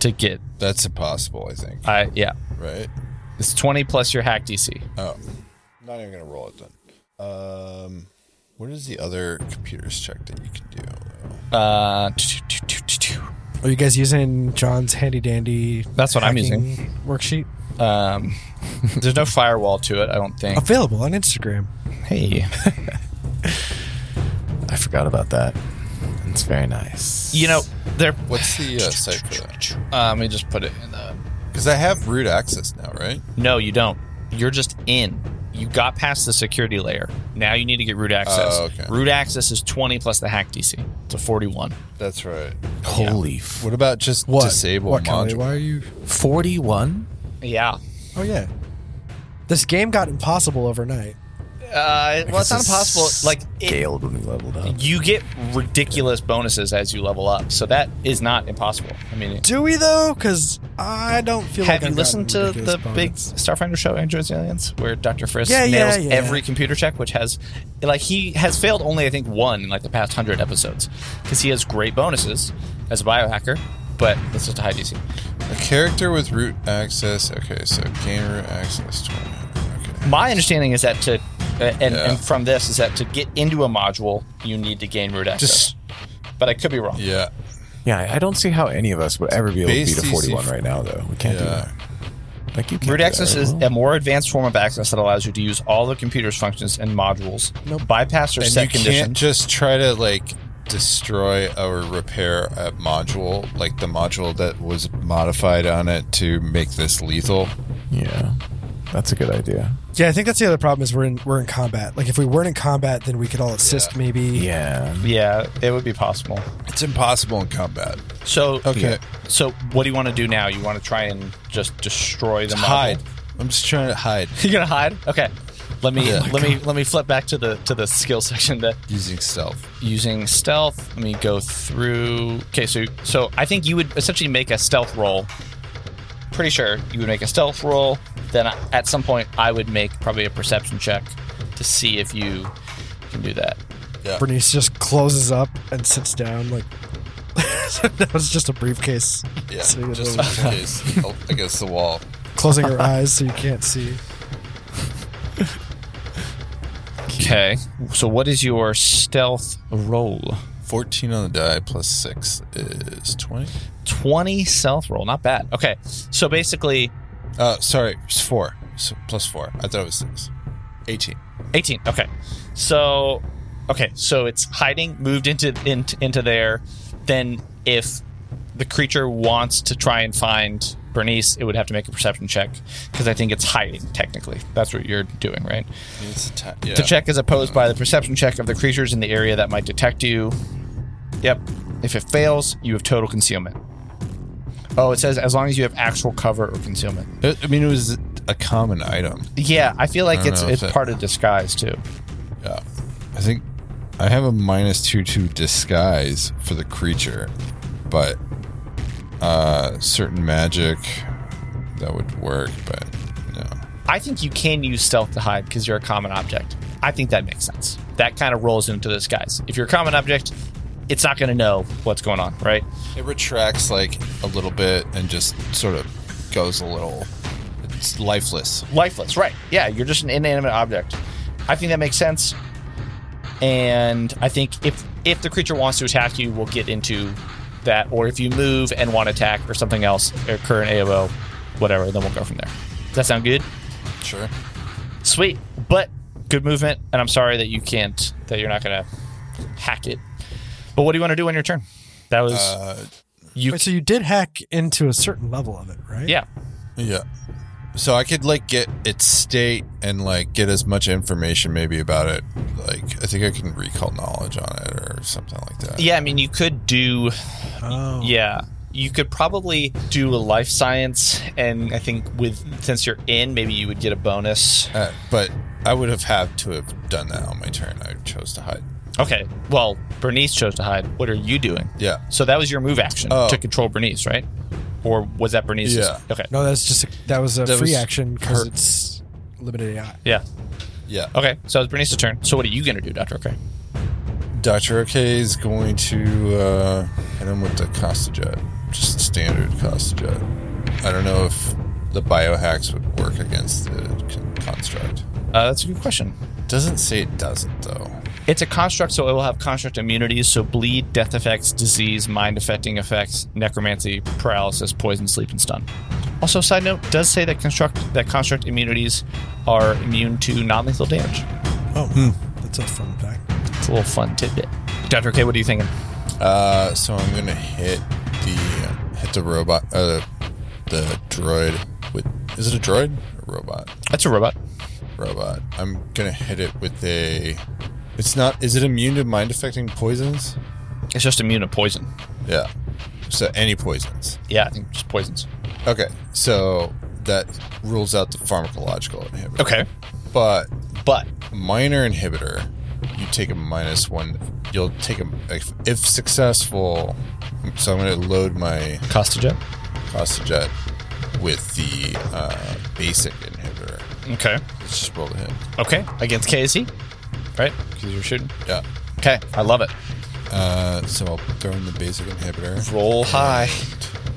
to get.
that's impossible, I think.
I yeah,
Right?
it's 20 plus your hack DC.
Oh, not even gonna roll it then. Um, what is the other computers check that you can do?
Uh,
Are you guys using John's handy dandy?
That's what I'm
hacking Worksheet
um, there's no firewall to it, I don't think.
available on Instagram.
Hey,
I forgot about that. It's very nice.
you know there.
What's the uh, site for that?
Uh, let me just put it in the.
Because I have root access now, right?
No, you don't. You're just in. You got past the security layer. Now you need to get root access.
Oh, okay.
Root access is 20 plus the hack DC. It's a 41.
That's right.
holy f-
What about just
What?
disable
what,
a
Kelly?
module?
Why are you?
41.
Yeah.
Oh yeah. This game got impossible overnight.
Uh, well, it's not impossible. Like it,
scaled when we leveled up.
you get ridiculous bonuses as you level up, so that is not impossible. I mean, it-
Do we though? Because I don't feel.
have
like
you
I've
listened to
gotten
the
ridiculous
big
bonus.
Starfinder show, Androids and Aliens, where Doctor Frisk
Yeah, yeah,
nails
yeah.
every computer check, which has like he has failed only I think one in like the past hundred episodes because he has great bonuses as a biohacker, but it's just a high DC.
A character with root access. Okay, so game root access 20. Okay.
My understanding is that to uh, and,
Yeah.
and from this is that to get into a module, you need to gain root access.
Just
but I could be wrong.
yeah,
Yeah, I- I don't see how any of us would ever be able to
Base
beat a
DC
41 right now, though. We can't do
yeah.
that. Like you can't
Root
do that,
access
right,
is
Will?
a more advanced form of access that allows you to use all the computer's functions and modules, bypass or
And
set
you can't
conditions.
just try to like destroy or repair a module, like the module that was modified on it to make this lethal.
Yeah, that's a good idea.
Yeah, I think that's the other problem is we're in we're in combat. Like if we weren't in combat, then we could all assist maybe.
Yeah,
Yeah, it would be possible.
It's impossible in combat.
So
Okay.
So what do you want to do now? You want to try and just destroy the module?
Hide. I'm just trying to hide
You're gonna hide? Okay. Let me
Yeah.
let me let me flip back to the to the skill section that
using stealth.
using stealth. Let me go through. Okay, so so I think you would essentially make a stealth roll. Pretty sure you would make a stealth roll. Then I- at some point, I would make probably a perception check to see if you can do that.
Bernice just closes up and sits down. Like that was just a briefcase.
Yeah,
sitting in
just
the-
in case oh, against the wall.
closing her eyes so you can't see.
Okay. So what is your stealth roll?
14 on the die plus 6 is 20.
20 stealth roll. Not bad. Okay. So basically,
Uh, sorry, it's 4. so plus four. I thought it was six. 18.
18 okay so okay so it's hiding moved into in, into there then if the creature wants to try and find bernice it would have to make a perception check because i think it's hiding technically that's what you're doing right
It's a ti- yeah.
the check is opposed by the perception check of the creatures in the area that might detect you yep if it fails you have total concealment oh it says as long as you have actual cover or concealment
I I mean, it was a common item.
yeah i feel like
don't
it's
know if
it's
it-
part of disguise too
Yeah. I think I have a minus two to disguise for the creature, but uh certain magic that would work, but no.
I think you can use stealth to hide because you're a common object. I think that makes sense. That kind of rolls into this, guys. If you're a common object, it's not going to know what's going on, right?
It retracts like a little bit and just sort of goes a little. It's lifeless.
Lifeless, right? Yeah, you're just an inanimate object. I think that makes sense. And I think if if the creature wants to attack you, we'll get into that. Or if you move and want to attack or something else, or current AOO, whatever, then we'll go from there. Does that sound good?
Sure.
Sweet, but good movement, and I'm sorry that you can't, that you're not gonna hack it. But what do you want to do on your turn? That was
Uh,
you.
Wait, so you did hack into a certain level of it, right?
yeah,
yeah. So I could like get its state and like get as much information maybe about it. Like I think I can recall knowledge on it or something like that.
yeah. I mean, you could do.
Oh.
Yeah, you could probably do a life science, and I think with since you're in, maybe you would get a bonus.
Uh, but I would have had to have done that on my turn. I chose to hide.
Okay. Well, Bernice chose to hide. What are you doing?
Yeah.
So that was your move action
Oh.
to control Bernice, right? Or was that Bernice's?
Yeah.
Okay.
No, that's just a, that was a
That
free
was
action because
her-
it's limited AI.
Yeah.
Yeah.
Okay. So it's Bernice's turn. So what are you gonna do, Doctor? Okay.
Dr. Okay is going to uh, hit him with the Costa Jet. Just standard Costa Jet. I don't know if the biohacks would work against the con- construct.
Uh, that's a good question.
Doesn't say it doesn't, though.
It's a construct, so it will have construct immunities. So bleed, death effects, disease, mind affecting effects, necromancy, paralysis, poison, sleep, and stun. Also, side note does say that construct that construct immunities are immune to non-lethal damage.
Oh, that's a fun fact.
It's a little fun tidbit. Doctor K, what are you thinking?
Uh, so I'm going to hit the hit the robot, uh, the droid with. Is it a droid? Or robot?
That's a robot.
Robot. I'm going to hit it with a. It's not. Is it immune to mind affecting poisons?
It's just immune to poison.
Yeah. So any poisons.
Yeah, I think just poisons.
Okay, so that rules out the pharmacological inhibitor.
Okay,
But
but
minor inhibitor, you take a minus one. You'll take a if, if successful. So I'm going to load my
Costajet.
Costajet with the uh, basic inhibitor.
Okay.
Let's just roll the hit.
Okay. Against KSC, right? Because you're shooting.
Yeah.
Okay, I love it.
Uh, so I'll throw in the basic inhibitor.
Roll high.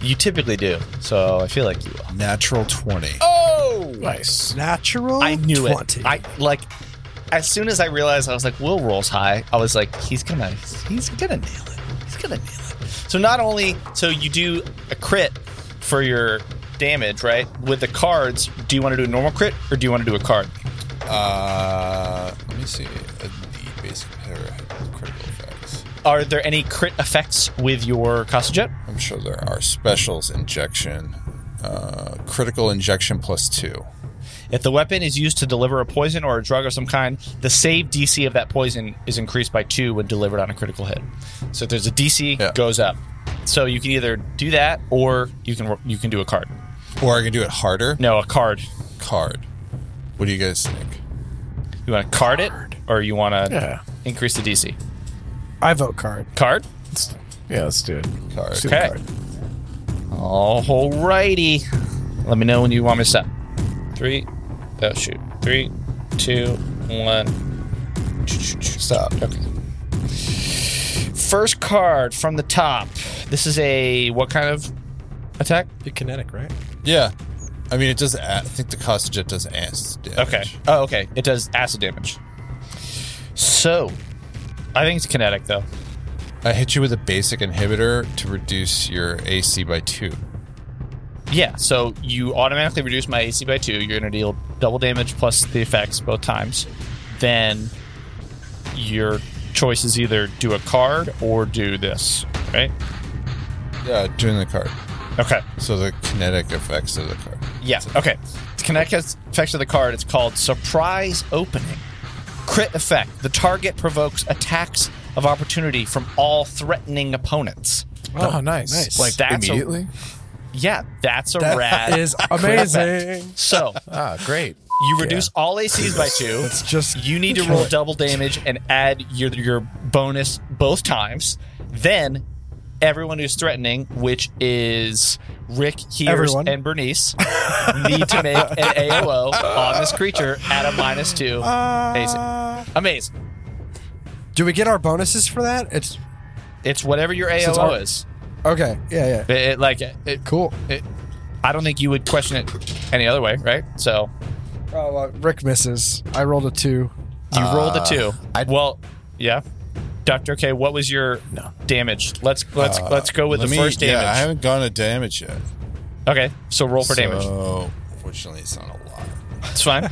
You typically do, so I feel like you will.
Natural twenty.
Oh, nice.
Natural.
I knew
20.
it. I like as soon as I realized I was like, Will rolls high. I was like, he's gonna, he's gonna nail it. He's gonna nail it. So not only so you do a crit for your damage, right? With the cards, do you want to do a normal crit or do you want to do a card?
Uh, let me see. Uh, the basic inhibitor had critical effects.
Are there any crit effects with your Costa Jet?
I'm sure there are specials injection, uh, critical injection plus two.
If the weapon is used to deliver a poison or a drug of some kind, the save DC of that poison is increased by two when delivered on a critical hit. So if there's a DC,
Yeah.
goes up. So you can either do that or you can you can do a card.
Or I can do it harder.
No, a card.
Card. What do you guys think?
You want to card it or you want to
Yeah.
increase the DC?
I vote card.
Card.
Yeah, let's do it.
Card.
Let's do the
Okay.
card.
Alrighty. Let me know when you want me to stop. Three. Oh shoot. Three, two, one.
Stop.
Okay. First card from the top. This is a what kind of attack?
Be kinetic, right?
Yeah. I mean, it does. Add, I think the cost jet does ass damage.
Okay. Oh, okay. It does acid damage. So, I think it's kinetic though.
I hit you with a basic inhibitor to reduce your AC by two.
Yeah, so you automatically reduce my AC by two. You're going to deal double damage plus the effects both times. Then your choice is either do a card or do this, right?
Yeah, doing the card.
Okay.
So the kinetic effects of the card.
Yeah. Okay. Kinetic effects of the card. It's called surprise opening. Crit effect. The target provokes attacks of opportunity from all threatening opponents.
Oh, nice.
Nice.
Like that's a,
immediately.
yeah, that's a
That
rad.
is
crit effect.
amazing.
So
Ah, great.
you reduce all ACs by two.
It's just
You need to roll double damage and add your your bonus both times. Then everyone who's threatening, which is Rick, Hears,
Everyone.
and Bernice, need to make an AOO on this creature at a minus two.
Uh,
Amazing. Amazing.
Do we get our bonuses for that? It's
It's whatever your AOO
it's our-
is.
okay. Yeah, yeah.
It, it, like it,
Cool.
it, I don't think you would question it any other way, right? So
Oh, well, Rick misses. I rolled a two.
you rolled
Uh,
a 2
I-
well, yeah. Doctor K, what was your damage? Let's let's let's go with
Uh, Let
the
me-
first damage.
Yeah, I haven't gone to damage yet.
Okay, so roll for damage.
So, fortunately, it's not a lot.
It's fine.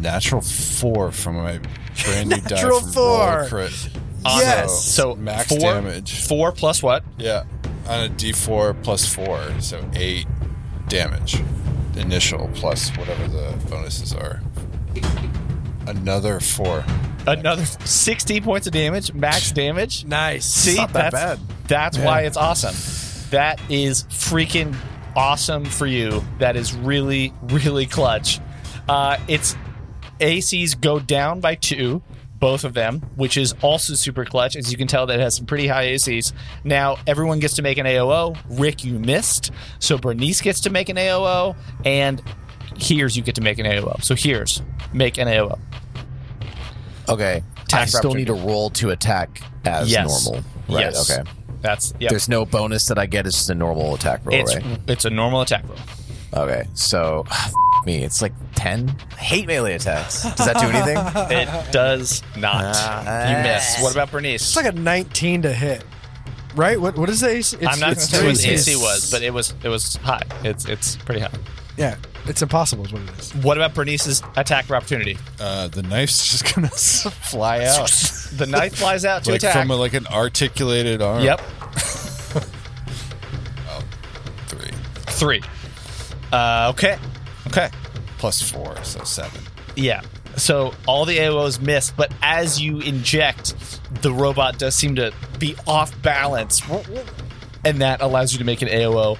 Natural four from my brand new die
Natural
from roll
four.
crit.
On-
Yes.
So
max
four,
damage.
Four plus what?
Yeah, on a d4 plus four, so eight damage. Initial plus whatever the bonuses are. Another four.
Another sixteen points of damage. Max damage.
Nice.
See,
not that
that's
bad.
that's why it's awesome. That is freaking awesome for you. That is really really clutch. Uh, it's ACs go down by two, both of them, which is also super clutch. As you can tell, that has some pretty high ACs. Now everyone gets to make an AOO. Rick, you missed, so Bernice gets to make an AOO, and here's you get to make an AOO. So here's make an AOO.
Okay. I
Attack
still
opportunity.
need to roll to attack as
Yes.
normal. Right.
Yes.
Okay.
That's yep.
There's no bonus that I get. It's just a normal attack roll,
it's
right?
it's a normal attack roll.
Okay. So, me. It's like 10. I hate melee attacks. Does that do anything?
It does not. you miss. What about Bernice?
It's like a 19 to hit. Right? What what is the AC? It's,
I'm not going to
it's
say what the
three.
AC was, but it was it was high. It's it's pretty high.
Yeah, it's impossible is what it is.
What about Bernice's attack of opportunity?
Uh, the knife's just gonna fly out,
The knife flies out to
like
attack.
from a, like an articulated arm.
yep,
Three
three. Uh, okay, okay.
plus four, so seven.
Yeah. So all the AOs miss, but as you inject, the robot does seem to be off balance. And that allows you to make an AOO.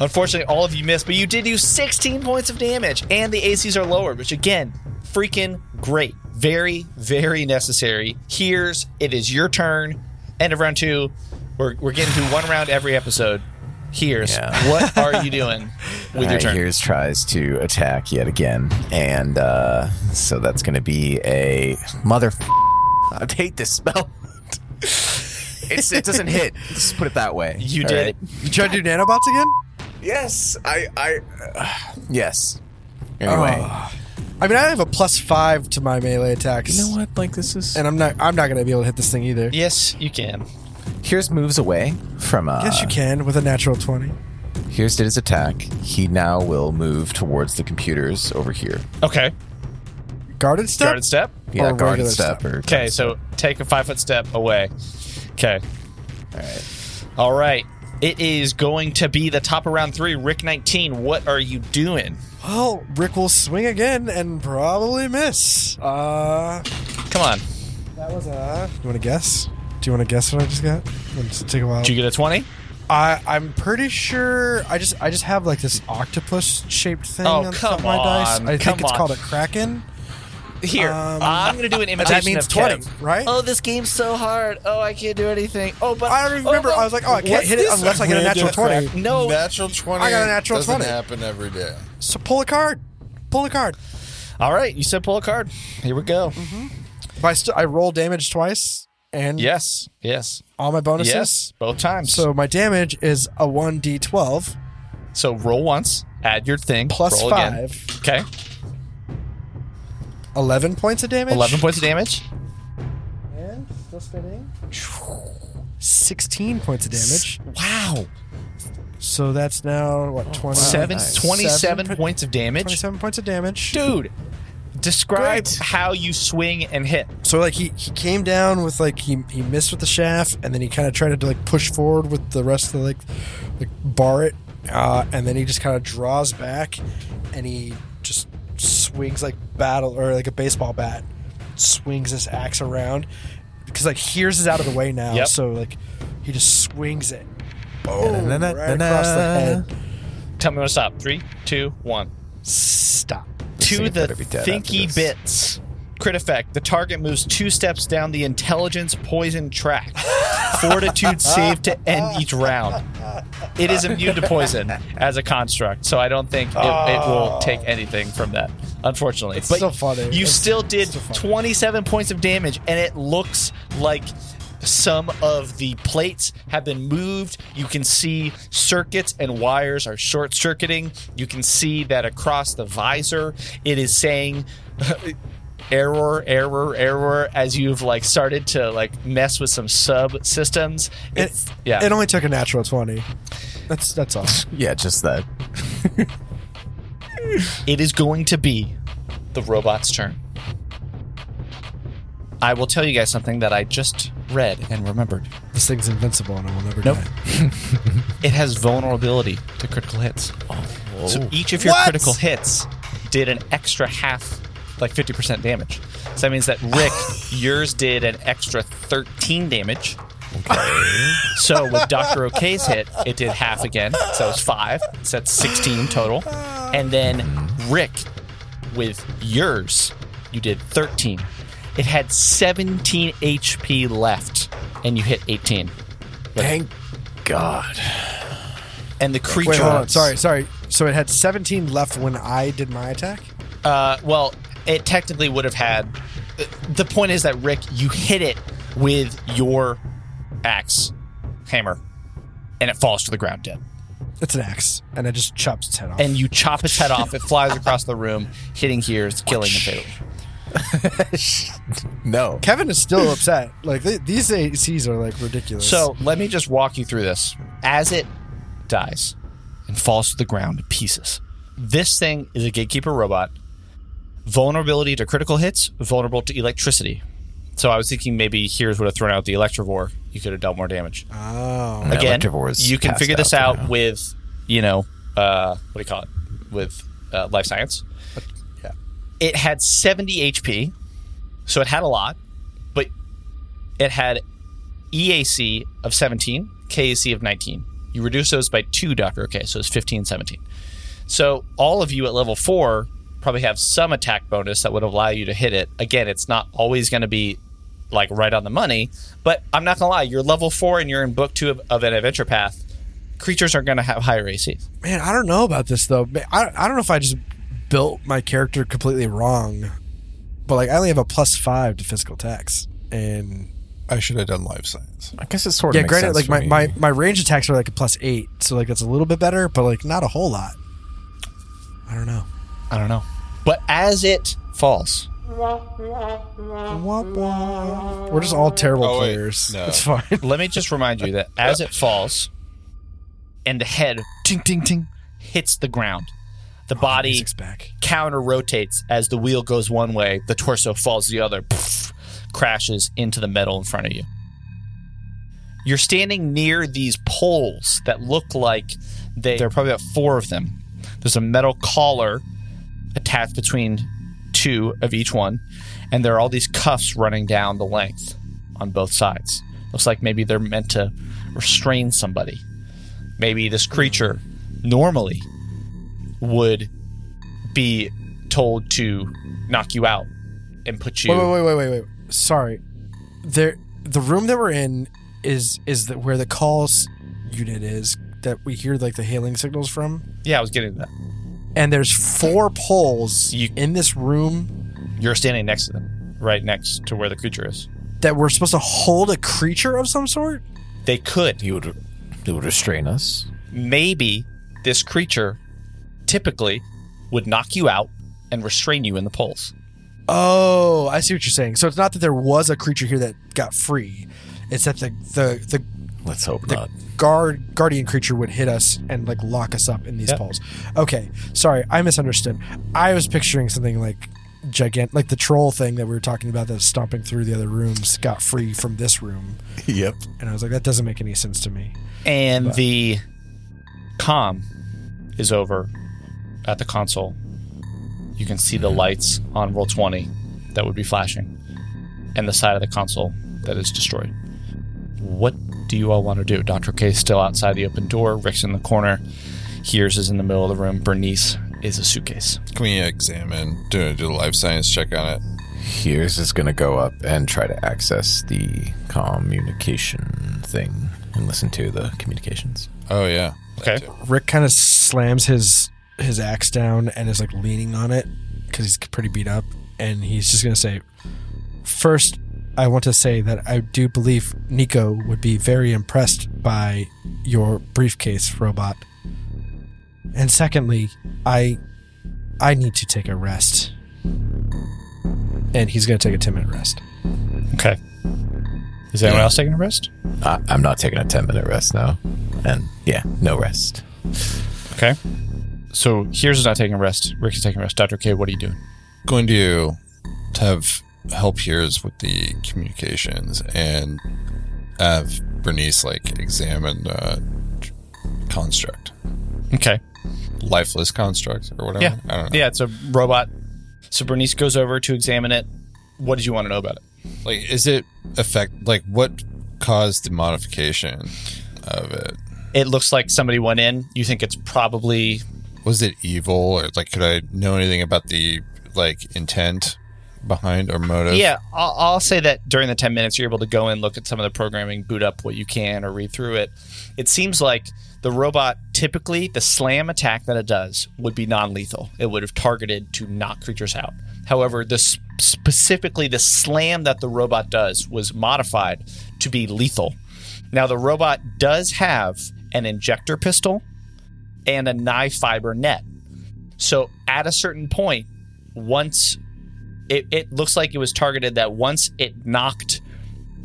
Unfortunately, all of you missed, but you did do 16 points of damage, and the ACs are lowered, which again, freaking great. Very, very necessary. Here's it is your turn. End of round two. We're, we're getting to one round every episode. Here's
Yeah.
what are you doing with your
Alright,
turn?
Here's tries to attack yet again, and uh, so that's going to be a mother. I hate this spell. it's, it doesn't hit. Let's put it that way.
You
All
did.
right?
You try to do nanobots again?
Yes, I. I yes. Anyway,
I mean, I have a plus five to my melee attacks,
what? Like this is.
and I'm not I'm not gonna be able to hit this thing either.
Yes, you can.
Here's moves away from. Uh,
Yes, you can with a natural 20.
Here's did his attack. He now will move towards the computers over here.
Okay.
Guarded step.
Guarded step.
Yeah,
Or
guard
regular
step.
step.
Or
Okay, so take a five foot step away. Okay. All right. All right. It is going to be the top of round three. Rick 19, what are you doing?
Well, Oh, Rick will swing again and probably miss. Uh,
Come on.
that was a. You want to guess? Do you want to guess what I just got? Let's take a while.
Did you get a 20?
I I'm pretty sure I just I just have like this octopus shaped thing
Oh,
on the
come
top of my dice.
on,
I think
come
it's
on.
called a kraken.
Here.
Um,
I'm going to do an imitation
that means
of Kev.
20, right?
Oh, this game's so hard. Oh, I can't do anything. Oh, but
I remember
oh, no.
I was like, oh, I can't
What's
hit it
this?
unless I get a natural
Random
twenty.
fact.
No.
natural twenty.
I got a natural
doesn't
20.
Happen every day.
So pull a card. Pull a card.
All right, you said pull a card. Here we go.
If I st- I roll damage twice and
Yes. Yes.
all my bonuses.
Yes. Both times.
So my damage is a one d twelve
so roll once, add your thing,
plus
roll
five.
Again. Okay.
11 points of damage.
11 points of damage.
And still spinning. 16 points of damage.
Wow.
So that's now what twenty
Oh, Seven,
nice.
27
Seven-
points of damage.
Twenty-seven points of damage.
Dude, describe
Great.
how you swing and hit.
So like he, he came down with like he, he missed with the shaft and then he kind of tried to like push forward with the rest of the like like bar it uh, and then he just kind of draws back and he just swings like battle or like a baseball bat swings his axe around because like here's is out of the way now
Yep.
so like he just swings it boom, right across the head
Tell me when to stop. Three, two, one.
stop
to
thing
the
better be dead
thinky
after this.
bits. Crit effect. The target moves two steps down the intelligence poison track. Fortitude save to end each round. It is immune to poison as a construct, so I don't think it, it will take anything from that, unfortunately.
Oh. It's still funny.
You
It's-
still did
still funny.
27 points of damage, and it looks like some of the plates have been moved. You can see circuits and wires are short circuiting. You can see that across the visor, it is saying. Error, error, error. As you've like started to like mess with some subsystems, it's
it,
yeah.
it only took a natural 20 that's that's all
Yeah, just that.
it is going to be the robot's turn. I will tell you guys something that I just read and remembered.
this thing's invincible and I will never
Nope.
die
It has vulnerability to critical hits. So each of your critical hits did an extra half, like 50% damage. So that means that Rick, yours did an extra 13 damage. so with Dr. Ok's hit, it did half again. So it was five. So that's 16 total. And then Rick, with yours, you did 13. It had 17 HP left, and you hit 18.
Thank God.
And the creature.
Wait, hold on. Sorry, sorry. So it had 17 left when I did my attack.
Uh, well, it technically would have had. The point is that Rick, you hit it with your axe, hammer, and it falls to the ground dead.
It's an axe, and I just chops its head off.
And you chop its head off. It flies across the room, hitting here, it's killing him fatally.
No.
Kevin is still upset. Like th- these ACs are like ridiculous.
So let me just walk you through this. As it dies and falls to the ground in pieces, this thing is a gatekeeper robot. Vulnerability to critical hits, vulnerable to electricity. So I was thinking maybe here's would have thrown out the electrovore. You could have dealt more damage.
oh,
Again,
Electrovore is
you can
passed
figure this
out
out with, you know, uh, what do you call it? With uh, life science.
yeah.
It had 70 HP, so it had a lot, but it had EAC of 17, KAC of 19. You reduce those by two, Dr. Okay, so it's 15, 17. So all of you at level four probably have some attack bonus that would allow you to hit it. Again, it's not always going to be like right on the money, but I'm not going to lie, you're level four and you're in book two of, of an adventure path. Creatures are going to have higher ACs.
man, I don't know about this though. Ma- I I don't know if I just built my character completely wrong, but like I only have a plus five to physical attacks, and
I should have done life science.
I guess it sort of
yeah,
makes
granted,
sense
like
for
my,
me.
my my range attacks are like a plus eight, so like that's a little bit better, but like not a whole lot. I don't know.
I don't know. But as it falls,
Womp womp. We're just all terrible
Oh, wait.
players.
No.
It's fine.
let me just remind you that as it falls and the head ting ting ting Oh, hits the ground, the body
Music's back.
counter rotates as the wheel goes one way, the torso falls the other, poof, crashes into the metal in front of you. You're standing near these poles that look like they, there are probably about four of them. There's a metal collar attached between two of each one, and there are all these cuffs running down the length on both sides. Looks like maybe they're meant to restrain somebody. Maybe this creature normally would be told to knock you out and put you.
Wait, wait, wait, wait, wait, wait. Sorry. There, the room that we're in is is the, where the calls unit is that we hear like the hailing signals from.
Yeah, I was getting to that.
And there's four poles
You-
in this room
You're standing next to them, right next to where the creature is.
that we're supposed to hold a creature of some sort.
They could.
He would, he would restrain us.
Maybe this creature typically would knock you out and restrain you in the poles.
Oh, I see what you're saying. So it's not that there was a creature here that got free; it's that the the the
Let's hope not.
guard guardian creature would hit us and like lock us up in these
Yep.
poles. Okay, sorry, I misunderstood. I was picturing something like gigantic, like the troll thing that we were talking about that's stomping through the other rooms got free from this room,
yep.
and I was like, that doesn't make any sense to me.
And the com is over at the console. You can see the lights on roll 20 that would be flashing and the side of the console that is destroyed. What do you all want to do? Dr. K is still outside the open door. Rick's in the corner. Hears is in the middle of the room. Bernice is a suitcase.
Can we examine, do, do a life science check on it?
Here's is going to go up and try to access the communication thing and listen to the communications.
Oh, yeah.
Okay.
Rick kind of slams his his axe down and is like leaning on it because he's pretty beat up, and he's just gonna say, first. I want to say that I do believe Nico would be very impressed by your briefcase robot. And secondly, I I need to take a rest. And he's going to take a 10 minute rest.
Okay. Is anyone
Yeah.
else taking a rest?
I, I'm not taking a 10 minute rest now. And yeah, no rest.
Okay. So Hears is not taking a rest. Rick is taking a rest. Dr. K, what are you doing?
Going to have help here's with the communications and have Bernice, like, examine uh, construct.
Okay.
Lifeless construct or whatever.
Yeah.
I don't know.
Yeah, it's a robot. So Bernice goes over to examine it. What did you want to know about it?
Like, is it affect, like, what caused the modification of it?
It looks like somebody went in. You think it's probably
was it evil or like could i know anything about the like intent behind or motive
yeah. I'll, I'll say that during the ten minutes you're able to go in, look at some of the programming, boot up what you can, or read through it. It seems like the robot typically the slam attack that it does would be non-lethal. It would have targeted to knock creatures out. However, this specifically the slam that the robot does was modified to be lethal. Now the robot does have an injector pistol and a knife fiber net. So at a certain point, once it, it looks like it was targeted that once it knocked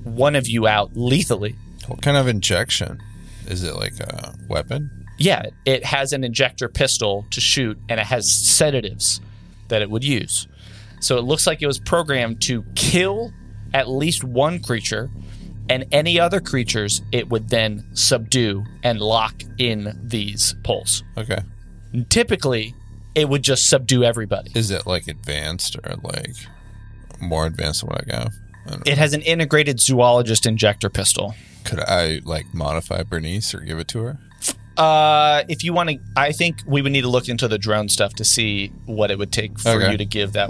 one of you out lethally,
what kind of injection is it like a weapon
yeah, it has an injector pistol to shoot and it has sedatives that it would use. So it looks like it was programmed to kill at least one creature and any other creatures it would then subdue and lock in these poles.
okay
Typically, it would just subdue everybody.
is it like advanced or like more advanced than what i got I don't know.
It has an integrated zoologist injector pistol.
could i like modify bernice or give it to her
Uh, if you want to, I think we would need to look into the drone stuff to see what it would take for
Okay.
you to give that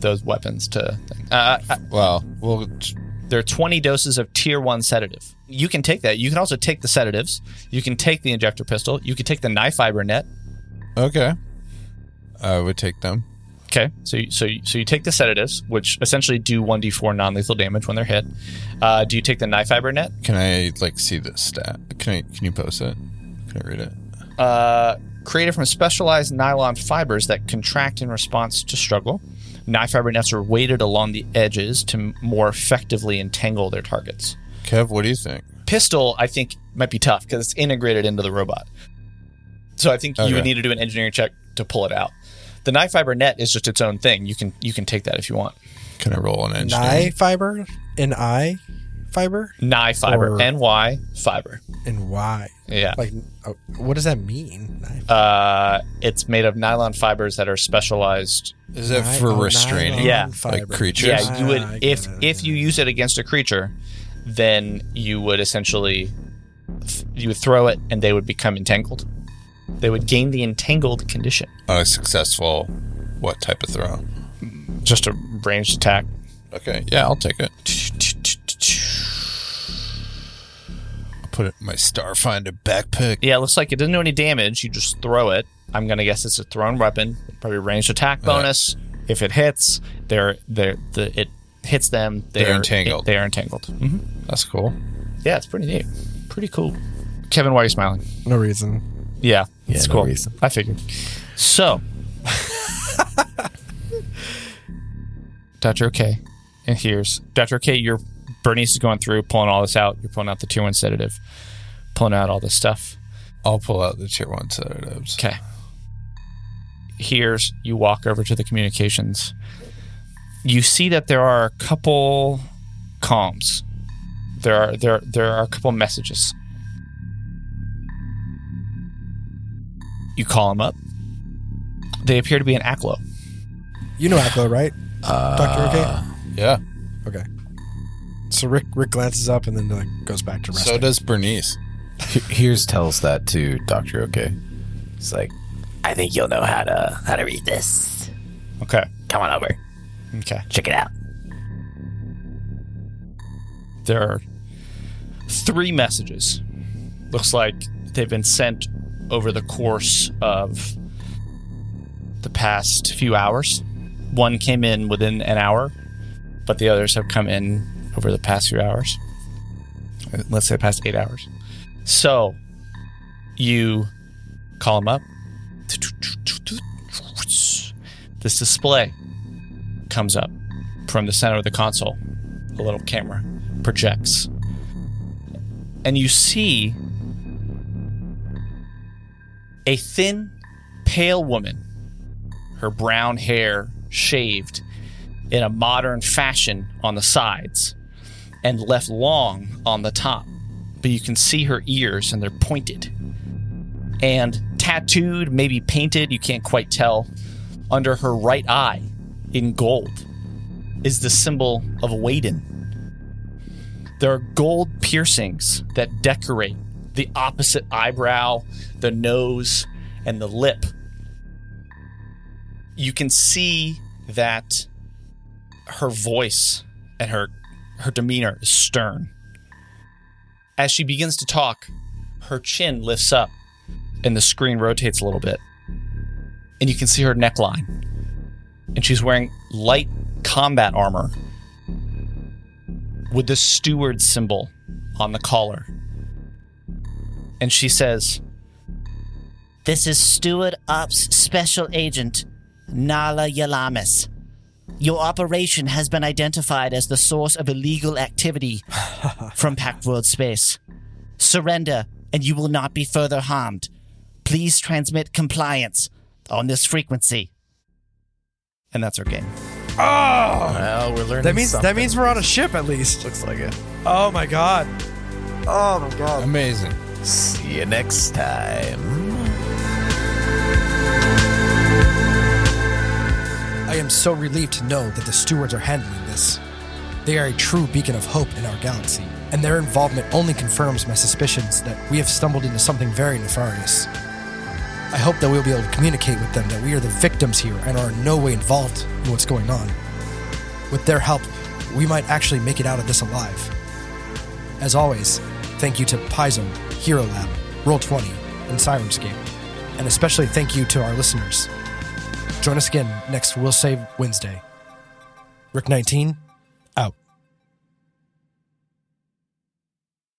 those weapons to. Uh, I-
well well
there are 20 doses of tier one sedative. You can take that. You can also take the sedatives. You can take the injector pistol. You can take the knife fiber net.
okay i would take them
Okay, so you, so you, so you take the sedatives, which essentially do 1d4 non-lethal damage when they're hit. Uh, do you take the knife fiber net?
can i like see the stat can i can you post it can i read it
uh, created from specialized nylon fibers that contract in response to struggle. Knife fiber nets are weighted along the edges to m- more effectively entangle their targets.
kev what do you think
Pistol, I think, might be tough because it's integrated into the robot. So I think you
Okay.
would need to do an engineering check to pull it out. The knife fiber net is just its own thing. You can you can take that if you want.
can i roll an
An
engineer
eye fiber? An eye fiber?
Knife fiber,
Or-
N Y fiber.
And why?
Yeah.
Like, uh, what does that mean? Knife-
Uh, it's made of nylon fibers that are specialized
is it
ni-
for
oh,
restraining
nylon
Yeah.
fiber.
like creatures
Yeah, you
Ah, I
would if
get it.
if you use it against a creature, then you would essentially th- you would throw it and they would become entangled. They would gain the entangled condition.
a successful what type of throw?
Just a ranged attack.
Okay, yeah, I'll take it. I'll put it in my Starfinder backpack.
Yeah, it looks like it doesn't do any damage. You just throw it. I'm gonna guess it's a thrown weapon. Probably ranged attack bonus. If it hits, they're they're the it hits them. They're,
entangled.
They're entangled. hmm
That's cool.
Yeah, it's pretty neat. Pretty cool. Kevin, why are you smiling?
No reason.
Yeah, it's
no
cool.
reason.
I figured. So, Dr. OK, and here's Dr. OK, you're Bernice is going through, pulling all this out. You're pulling out the tier one sedative. pulling out all this stuff.
I'll pull out the tier one sedatives.
Okay. Here's you walk over to the communications. You see that there are a couple comms. There are there there are a couple messages. You call them up. They appear to be an Aklo.
You know Aklo, right? Doctor Okay.
Yeah.
Okay. So Rick Rick glances up and then like goes back to
So
resting.
does Bernice.
Here's tells that to Doctor Okay. It's like,
I think you'll know how to how to read this.
Okay.
Come on over,
Okay.
check it out.
There are three messages. Looks like they've been sent over the course of the past few hours. One came in within an hour, but the others have come in over the past few hours. Let's say past eight hours. So you call them up. This display comes up from the center of the console. A little camera projects. And you see a thin, pale woman, her brown hair shaved in a modern fashion on the sides and left long on the top. But you can see her ears and they're pointed. And tattooed, maybe painted, you can't quite tell, under her right eye in gold is the symbol of Waden. There are gold piercings that decorate the opposite eyebrow, the nose, and the lip. You can see that her voice and her her demeanor is stern. As she begins to talk, her chin lifts up and the screen rotates a little bit. And you can see her neckline. And she's wearing light combat armor with the steward symbol on the collar. And she says,
This is Steward Ops Special Agent Nala Yalamis. Your operation has been identified as the source of illegal activity from Pact World Space. Surrender, and you will not be further harmed. Please transmit compliance on this frequency.
and that's her game.
well, we're learning.
that means
something.
that means we're on a ship at least.
looks like it.
Oh my god. Oh my god.
Amazing.
See you next time.
I am so relieved to know that the stewards are handling this. They are a true beacon of hope in our galaxy, and their involvement only confirms my suspicions that we have stumbled into something very nefarious. I hope that we'll be able to communicate with them that we are the victims here and are in no way involved in what's going on. With their help, we might actually make it out of this alive. As always, thank you to Paizo, Hero Lab, Roll20, and Sirenscape, and especially thank you to our listeners. Join us again next We'll Save Wednesday. Rick 19,